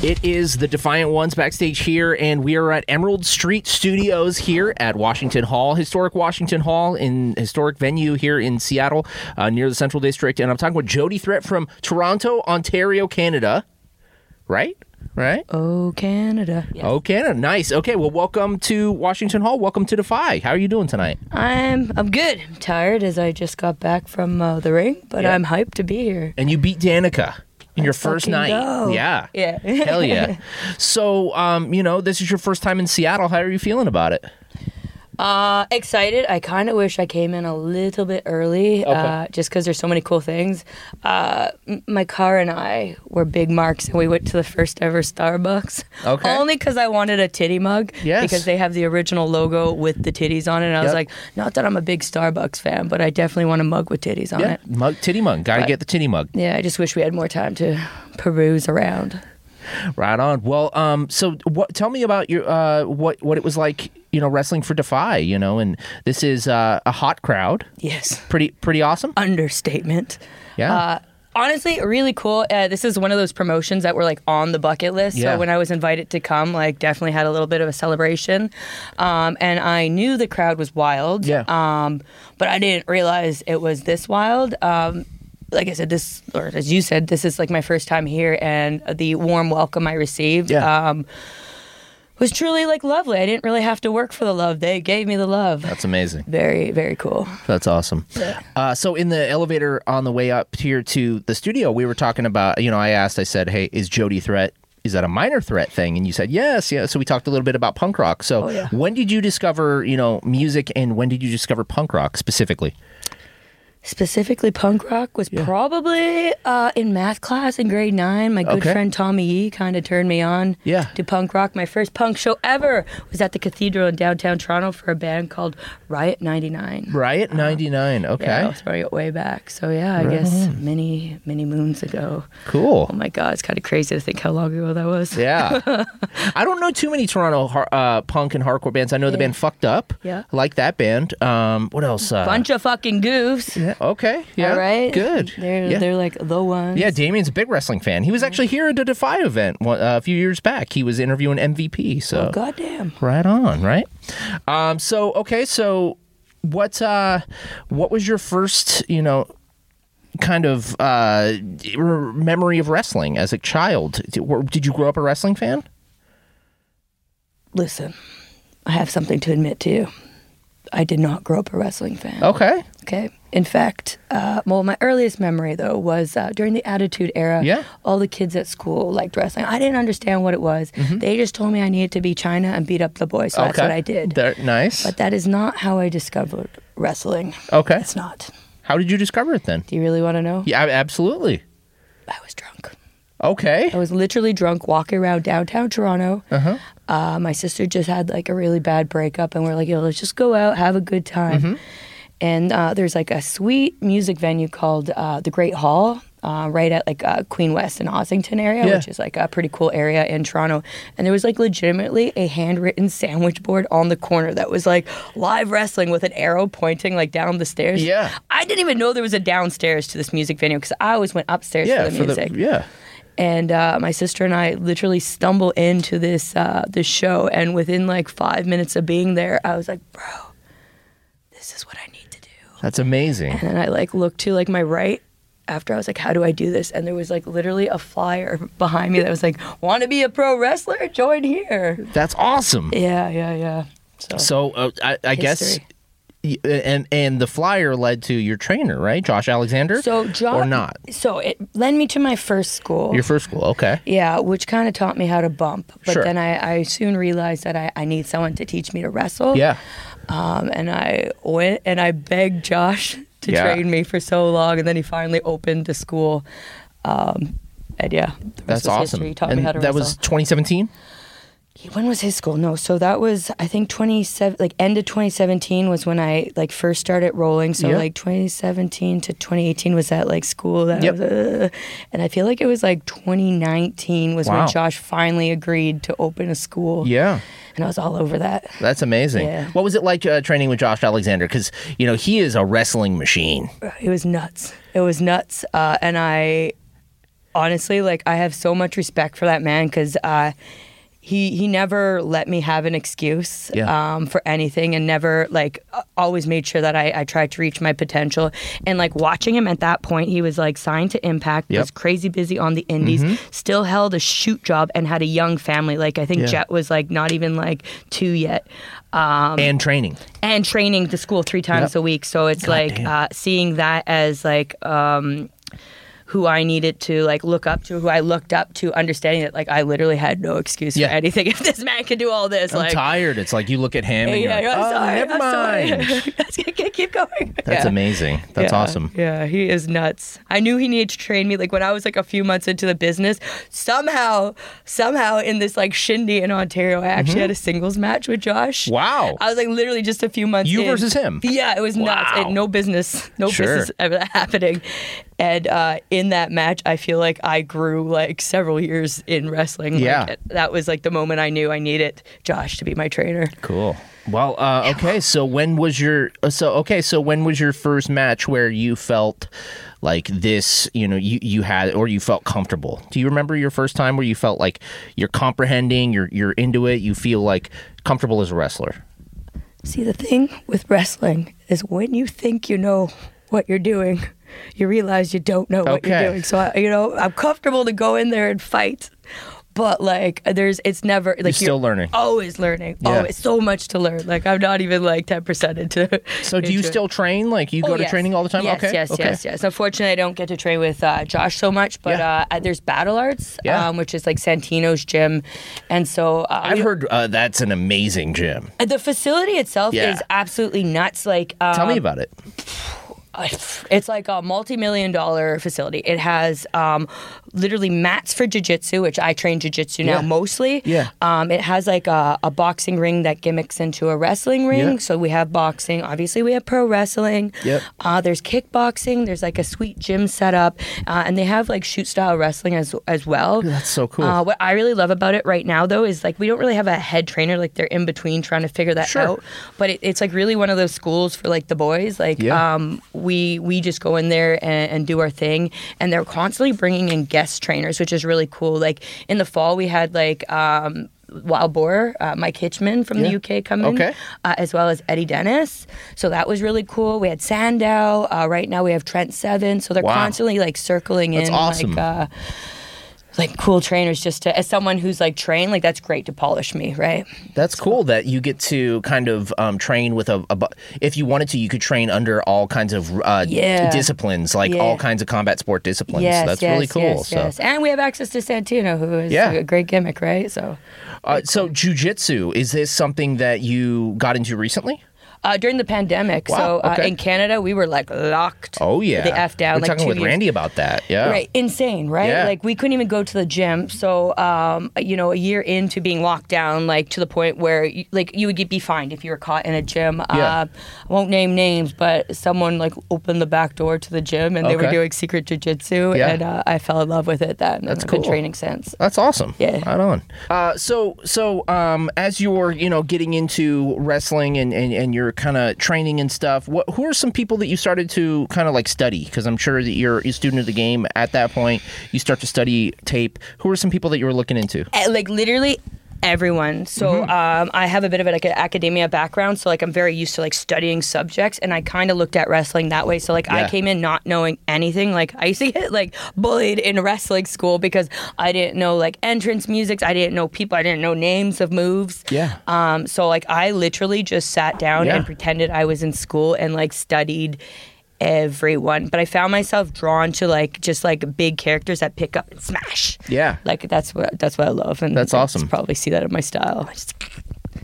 It is the Defiant Ones backstage here, and we are at Emerald Street Studios here at Washington Hall, historic Washington Hall, in historic venue here in Seattle, uh, near the Central District. And I'm talking with Jody Threat from Toronto, Ontario, Canada. Right, right. Oh, Canada. Oh, Canada, nice. Okay, well, welcome to Washington Hall. Welcome to Defy. How are you doing tonight? I'm I'm good. I'm tired as I just got back from uh, the ring, but Yeah. I'm hyped to be here. And you beat Danica in your first fucking night. go. Yeah, Yeah. hell yeah. So, um, you know, this is your first time in Seattle. How are you feeling about it? Uh, excited. I kind of wish I came in a little bit early, uh, just because there's so many cool things. Uh, m- my car and I were big marks, and we went to the first ever Starbucks. Okay. Only because I wanted a titty mug. Yes. Because they have the original logo with the titties on it, and I was Yep. like, not that I'm a big Starbucks fan, but I definitely want a mug with titties on Yeah, it. mug, titty mug. Got to get the titty mug. Yeah, I just wish we had more time to peruse around. Right on. Well, um, so what? Tell me about your uh, what what it was like. You know, wrestling for Defy. You know, and this is uh, a hot crowd. Yes. Pretty pretty awesome. understatement. Yeah. Uh, honestly, really cool. Uh, this is one of those promotions that were like on the bucket list. Yeah. So when I was invited to come, like definitely had a little bit of a celebration. Um, and I knew the crowd was wild. Yeah. Um, but I didn't realize it was this wild. Um, like I said, this, or as you said, this is like my first time here, and the warm welcome I received Yeah. um, was truly like lovely. I didn't really have to work for the love; they gave me the love. That's amazing. very, very cool. That's awesome. Uh, so in the elevator on the way up here to the studio, we were talking about. You know, I asked. I said, "Hey, is Jody threat?" Is that a minor threat thing? And you said yes, yeah. So we talked a little bit about punk rock. So Oh, yeah. when did you discover, you know, music, and when did you discover punk rock specifically? Uh-huh. specifically punk rock was probably uh, in math class in grade nine. My good Okay. friend Tommy Yee kind of turned me on Yeah. to punk rock. My first punk show ever was at the Cathedral in downtown Toronto for a band called Riot 99. Riot ninety nine. Okay, Yeah, I was throwing it way back. So yeah, I guess many, many moons ago. cool. Oh my God, it's kind of crazy to think how long ago that was. Yeah. I don't know too many Toronto har- uh, punk and hardcore bands. I know the band Fucked Up. Yeah. I Like that band. Um, what else? Uh, Bunch of fucking goofs. yeah, Okay. Yeah. All right. Good. They're yeah. they're like the ones. yeah, Damien's a big wrestling fan. He was actually here at a Defy event one- uh, a few years back. He was interviewing MVP. So Oh, goddamn. right on, right? Um, so okay, so what uh, what was your first, you know, kind of uh, r- memory of wrestling as a child? Did, were- did you grow up a wrestling fan? Listen, I have something to admit to you. I did not grow up a wrestling fan. Okay. Okay. In fact, uh, well, my earliest memory though was uh, during the Attitude Era. Yeah. All the kids at school liked wrestling. I didn't understand what it was. They just told me I needed to be China and beat up the boys. So that's Mm-hmm. Okay. what I did. There- nice. but that is not how I discovered wrestling. okay. It's not. How did you discover it then? Do you really want to know? Yeah, ab- absolutely. I was drunk. Okay. I was literally drunk walking around downtown Toronto. Uh-huh. my sister just had like a really bad breakup, and we're like, yo, let's just go out, have a good time. Mm-hmm. And uh, there's like a sweet music venue called uh, the Great Hall. Uh, right at like uh, Queen West and Ossington area, Yeah. which is like a pretty cool area in Toronto, and there was like legitimately a handwritten sandwich board on the corner that was like live wrestling with an arrow pointing like down the stairs. Yeah. I didn't even know there was a downstairs to this music venue because I always went upstairs Yeah, for the music yeah. and uh, my sister and I literally stumble into this uh, this show, and within like five minutes of being there, I was like, "Bro, this is what I need to do." That's amazing. And then I like looked to like my right after I was like, "How do I do this?" And there was like literally a flyer behind me that was like, "Want to be a pro wrestler? Join here." That's awesome. Yeah, yeah, yeah. So, So uh, I, I guess, History. y- uh, and and the flyer led to your trainer, right, Josh Alexander? so John, or not So it led me to my first school. your first school? Okay. Yeah, which kind of taught me how to bump. But Sure. then I, I soon realized that I, I need someone to teach me to wrestle. Yeah. Um, and I went and I begged Josh to Yeah. train me for so long. And then he finally opened the school. Um, and yeah, the rest That's was awesome. History. He taught and me how to that wrestle. was 2017. he- when was his school? No, so that was I think 27 like end of 2017 was when I like first started rolling. So Yeah. like 2017 to 2018 was that like school that I Yep. was, uh, and I feel like it was like 2019 was Wow. when Josh finally agreed to open a school. Yeah. And I was all over that. That's amazing. Yeah. What was it like uh, training with Josh Alexander? Because you know he is a wrestling machine. it was nuts. It was nuts. Uh, and I honestly, like, I have so much respect for that man because uh, he he never let me have an excuse Yeah. um, for anything, and never like a- always made sure that I, I tried to reach my potential. And like watching him at that point, he was like signed to Impact, Yep. Mm-hmm. was crazy busy on the Indies, still held a shoot job, and had a young family. Like I think Yeah. Jet was like not even like two yet Um, and training. and training the school three times Yep. a week. So it's like damn. uh, seeing that as like um, who I needed to like look up to, who I looked up to, understanding that like I literally had no excuse Yeah. for anything. If this man can do all this, I'm like tired. It's like you look at him and you're yeah, like, I'm oh, sorry, never I'm sorry. mind. That's gonna keep going. That's Yeah. amazing. That's Yeah. awesome. Yeah, he is nuts. I knew he needed to train me. Like when I was like a few months into the business, somehow, somehow in this like shindy in Ontario, I actually had a singles match with Josh. Mm-hmm. Wow. I was like literally just a few months. You in. versus him? Yeah, it was nuts. Wow. It, no business, no Sure. business ever happening. And uh, in that match, I feel like I grew like several years in wrestling. Like, Yeah. that was like the moment I knew I needed Josh to be my trainer. Cool. Well, uh, okay. So when was your uh, so okay? So when was your first match where you felt like this? You know, you you had or you felt comfortable. Do you remember your first time where you felt like you're comprehending, you're you're into it, you feel like comfortable as a wrestler? See, the thing with wrestling is when you think you know what you're doing, you realize you don't know what Okay. you're doing. So, I, you know, I'm comfortable to go in there and fight, but like, there's, it's never like still learning. Always learning. Yeah. Always so much to learn. Like, I'm not even like 10% into. So do you into it. still train? Like you go Oh, to yes. training all the time? Yes, okay. yes, okay. yes, yes. Unfortunately, I don't get to train with uh, Josh so much, but Yeah. uh, there's Battle Arts, Yeah. um, which is like Santino's gym, and so uh, I've we- heard uh, that's an amazing gym. the facility itself Yeah. is absolutely nuts. Like, um, Tell me about it. Uh, it's like a multi-million dollar facility. It has um, literally mats for jiu-jitsu, which I train jiu-jitsu now Yeah. mostly. Yeah. Um, it has like a, a boxing ring that gimmicks into a wrestling ring. Yeah. So we have boxing. Obviously, we have pro wrestling. Yep. Uh, there's kickboxing. There's like a sweet gym setup, uh, and they have like shoot style wrestling as as well. That's so cool. Uh, what I really love about it right now, though, is like we don't really have a head trainer. Like they're in between trying to figure that Sure. out. But it, it's like really one of those schools for like the boys. Like Yeah. um, we we just go in there and, and do our thing. And they're constantly bringing in guest trainers, which is really cool. Like in the fall, we had like. Um, Wild Boar, uh, Mike Hitchman from Yeah. the UK come in, Okay. uh, as well as Eddie Dennis. So that was really cool. We had Sandow. Uh, right now we have Trent Seven. So they're Wow. constantly like circling That's in, awesome. like uh, like cool trainers just to as someone who's like trained like that's great to polish me right That's cool that you get to kind of um, train with a, a bu- If you wanted to, you could train under all kinds of uh, Yeah. disciplines, like Yeah. all kinds of combat sport disciplines. so that's really cool. so, and we have access to santino who is Yeah. a great gimmick right so uh, so jujitsu is this something that you got into recently? uh, during the pandemic Wow, so uh, okay. in canada we were like locked Oh yeah, the f down We're like talking two with years. Randy about that. Yeah, Right, insane, right? Yeah. Like we couldn't even go to the gym. So, um, you know, a year into being locked down, like to the point where, you, like, you would get be fined if you were caught in a gym. Yeah. Uh, I won't name names, but someone like opened the back door to the gym and they were Okay. doing secret jujitsu, Yeah. and uh, I fell in love with it That's then. and I've cool. Been training since. That's awesome. Yeah. Right on. Uh, so so um, as you're you know getting into wrestling and and, and you're kind of training and stuff, what who are some people that you started to kind of like study? Because I'm sure that you're a student of the game at that point. You start to study tape. Who are some people that you were looking into? Eh, like literally everyone so Mm-hmm. um, i have a bit of like an academia background so like i'm very used to like studying subjects and i kind of looked at wrestling that way so like Yeah. i came in not knowing anything like i used to get like bullied in wrestling school because i didn't know like entrance music i didn't know people i didn't know names of moves Yeah. um so like i literally just sat down Yeah. and pretended i was in school and like studied everyone but i found myself drawn to like just like big characters that pick up and smash Yeah. like that's what that's what I love, and That's I awesome. Probably see that in my style. I just-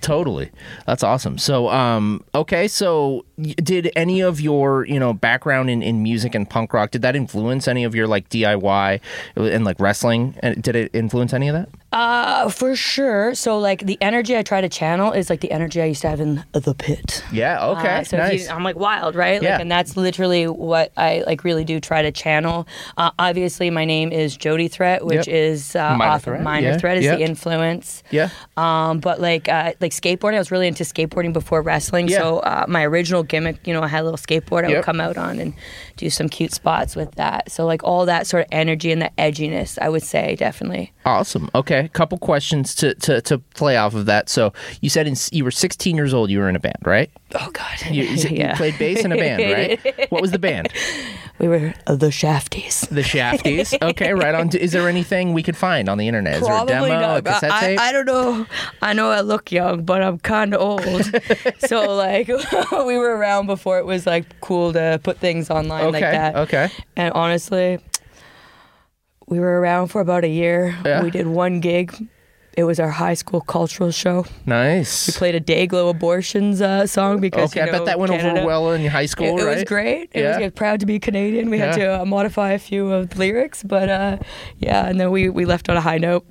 Totally. That's awesome. So, um, okay, so y- did any of your, you know, background in, in music and punk rock, did that influence any of your like DIY and like wrestling? And did it influence any of that? Uh, for sure. So like the energy I try to channel is like the energy I used to have in the pit. Yeah, Uh, okay. so if nice. you, I'm like wild, right? Yeah. Like, and that's literally what I like really do try to channel. Uh, obviously, my name is Jody Threat, which Yep. is uh, Minor off Threat, Minor yeah, Threat is yep. the influence. yeah. Um, but like uh, like skateboarding, I was really into skateboarding before wrestling. Yeah. So uh, my original gimmick, you know, I had a little skateboard I Yep. would come out on and do some cute spots with that. So like all that sort of energy and that edginess, I would say definitely. Awesome. Okay, couple questions to, to, to play off of that. So you said in, you were 16 years old. You were in a band, right? Oh God, You, you said you yeah. played bass in a band, right? what was the band? we were the Shafties. The Shafties. Okay, right on. Is there anything we could find on the internet? Is Probably there a demo, not. a cassette I, tape? I, I don't know. I know I look young, but I'm kind of old. so like, we were around before it was like cool to put things online like Okay, that. okay. And honestly, we were around for about a year. Yeah. We did one gig. It was our high school cultural show. nice. We played a Dayglow abortions uh, song because Okay, you I know, bet that went Canada- over well in high school, it, it right? was great. It Yeah. was good. Proud to be Canadian. We had Yeah. to uh, modify a few of the lyrics, but uh, yeah, and then we, we left on a high note.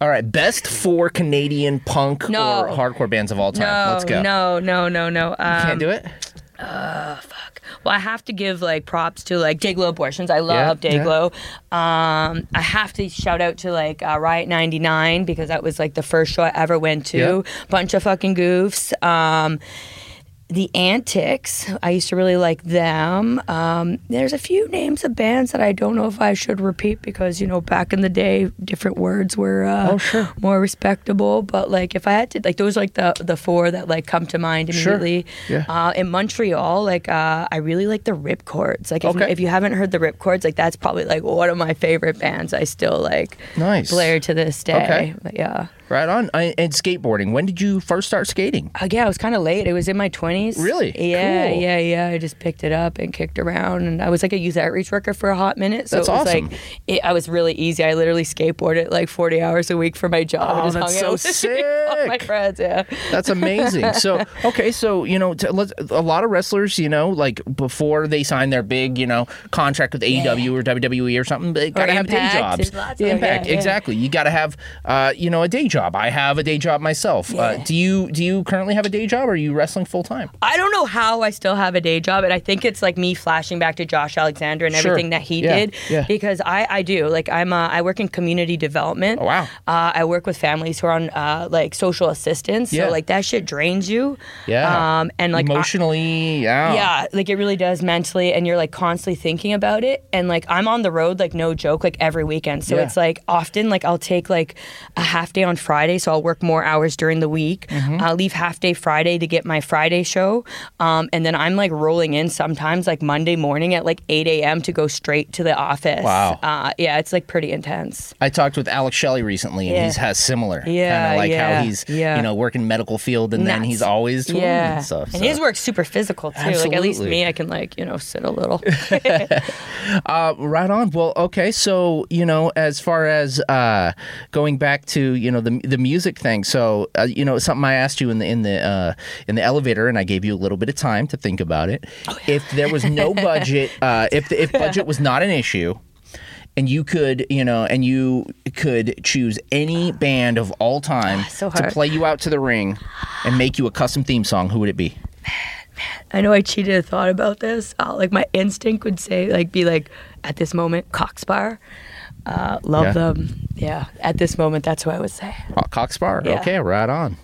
All right, best four Canadian punk No. or hardcore bands of all time. No, Let's go. Oh, no, no, no, no. Um, Can't do it. well, I have to give like props to like Dayglow Abortions. I love Yeah, yeah. Dayglow. Um, I have to shout out to like uh, Riot 99 because that was like the first show I ever went to. Yeah. Bunch of fucking goofs. Um, the Antics, I used to really like them. Um, there's a few names of bands that I don't know if I should repeat because, you know, back in the day, different words were uh, Oh, sure. more respectable. But, like, if I had to, like, those are like the, the four that, like, come to mind Sure. immediately. Yeah. Uh, in Montreal, like uh, I really like the Rip Chords. Like if, Okay. if you haven't heard the Rip Chords, like that's probably like one of my favorite bands. I still like Nice. Blair to this day. Okay. But, yeah. Right on. I, and skateboarding. When did you first start skating? Uh, yeah, I was kind of late. It was in my 20s. Really? Yeah, Cool. yeah, yeah. I just picked it up and kicked around. And I was like a youth outreach worker for a hot minute. So That's it was awesome. like, it, I was really easy. I literally skateboarded like 40 hours a week for my job. Oh, and just that's hung out so with all my sick. friends, yeah. That's amazing. so okay, so you know, t- let's, a lot of wrestlers, you know, like before they sign their big, you know, contract with AEW or WWE or something, they gotta have day Impact. jobs. There's lots Yeah, of- impact, yeah, yeah. exactly. You gotta have, uh, you know, a day job. I have a day job myself. Uh, Yeah. do you do you currently have a day job? or Are you wrestling full time? I don't know how I still have a day job, and I think it's like me flashing back to Josh Alexander and Sure. everything that he Yeah, did yeah. because I, I do like I'm uh, I work in community development. Oh, wow. Uh, I work with families who are on uh, like social assistance, Yeah. so like that shit drains you. Yeah. Um, and like I- emotionally, yeah. yeah, like it really does mentally, and you're like constantly thinking about it. And like I'm on the road, like no joke, like every weekend. So Yeah. it's like often, like I'll take like a half day on Friday, so I'll work more hours during the week. Mm-hmm. I'll leave half day Friday to get my Friday show, um, and then I'm like rolling in sometimes like Monday morning at like 8 a.m. to go straight to the office. Wow. Uh, yeah, it's like pretty intense. I talked with Alex Shelley recently, and Yeah. he's has similar. Yeah, kind of like yeah, how he's yeah. you know working medical field, and then Nuts. he's always touring yeah, and stuff. and so. his work's super physical too. Like at least Absolutely. me, I can like you know sit a little. Uh, Right on. Well, okay. So you know, as far as uh, going back to you know the the music thing, so uh, you know something I asked you in the in the uh, in the elevator, and I gave you a little bit of time to think about it. Oh, If there was no budget, uh, if if budget was not an issue. And you could, you know, and you could choose any band of all time Ah, so to hard. play you out to the ring and make you a custom theme song. Who would it be? I know I cheated and thought about this. Uh, like my instinct would say, like, be like, at this moment, Cox Bar. Uh, love Yeah. them. Yeah. At this moment, that's what I would say. Oh, Cox Bar. Yeah. Okay, right on.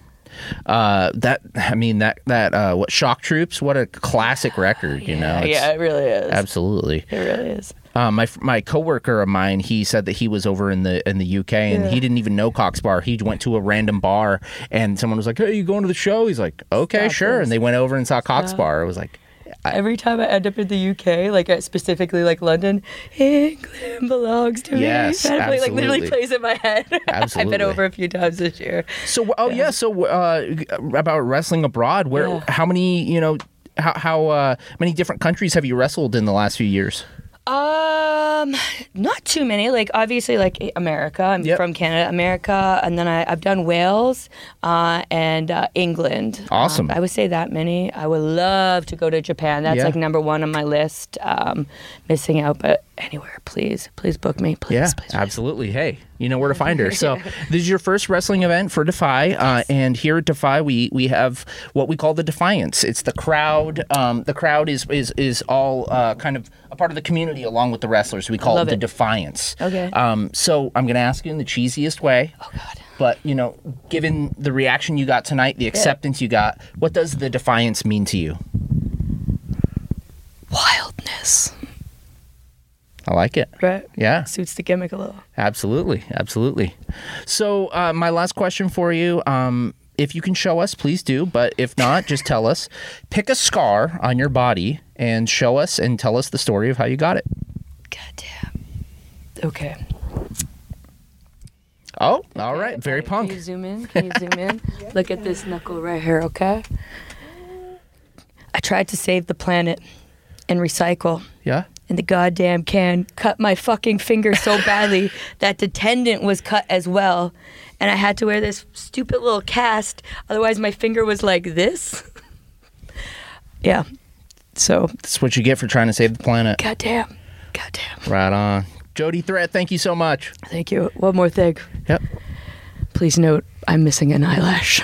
Uh, that I mean that that uh, what shock troops? What a classic record, you know. It's- yeah, it really is. absolutely. It really is. Um, my my coworker of mine, he said that he was over in the in the UK and he didn't even know Cox Bar. He went to a random bar and someone was like, "Hey, you going to the show?" He's like, "Okay, Stop sure." this. And they went over and saw Cox Bar. It was like, Every time I end up in the UK, like uh, specifically like London, England belongs to Yes, me. That, like, like absolutely. literally plays in my head. I've Absolutely. been over a few times this year. "So, oh yeah, so uh, about wrestling abroad, where Yeah. how many you know how how uh, many different countries have you wrestled in the last few years?" Uh, Um, not too many. Like obviously, like America. I'm Yep. from Canada, America, and then I, I've done Wales uh, and uh, England. Awesome. Um, I would say that many. I would love to go to Japan. That's Yeah. like number one on my list. Um, missing out, but anywhere, please, please book me, please, Yeah, please. absolutely. Hey, you know where to find her. So this is your first wrestling event for Defy, uh, and here at Defy we we have what we call the Defiance. It's the crowd. Um, the crowd is is is all uh, kind of a part of the community along with the wrestlers. We call it Love the it. Defiance. Okay. Um, so I'm going to ask you in the cheesiest way. Oh God. But you know, given the reaction you got tonight, the acceptance you got, what does the Defiance mean to you? Wildness. I like it. Right. Yeah. Suits the gimmick a little. Absolutely, absolutely. So, uh, my last question for you: um, if you can show us, please do. But if not, just tell us. Pick a scar on your body and show us, and tell us the story of how you got it. Goddamn. Okay. Oh, all right, very Can you punk. zoom in? Can you zoom in? Look at this knuckle right here, okay? I tried to save the planet and recycle, Yeah. and the goddamn can cut my fucking finger so badly that the tendon was cut as well. And I had to wear this stupid little cast, otherwise, my finger was like this. yeah. So, That's what you get for trying to save the planet. goddamn. Goddamn. Right on. Jody Threat, thank you so much. Thank you. One more thing. Yep. Please note, I'm missing an eyelash.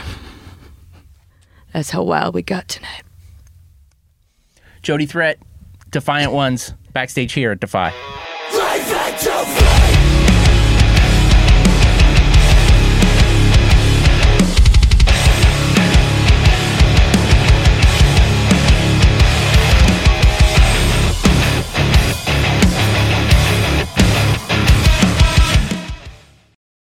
That's how wild we got tonight. Jody Threat, Defiant Ones, backstage here at Defy. Life at your feet.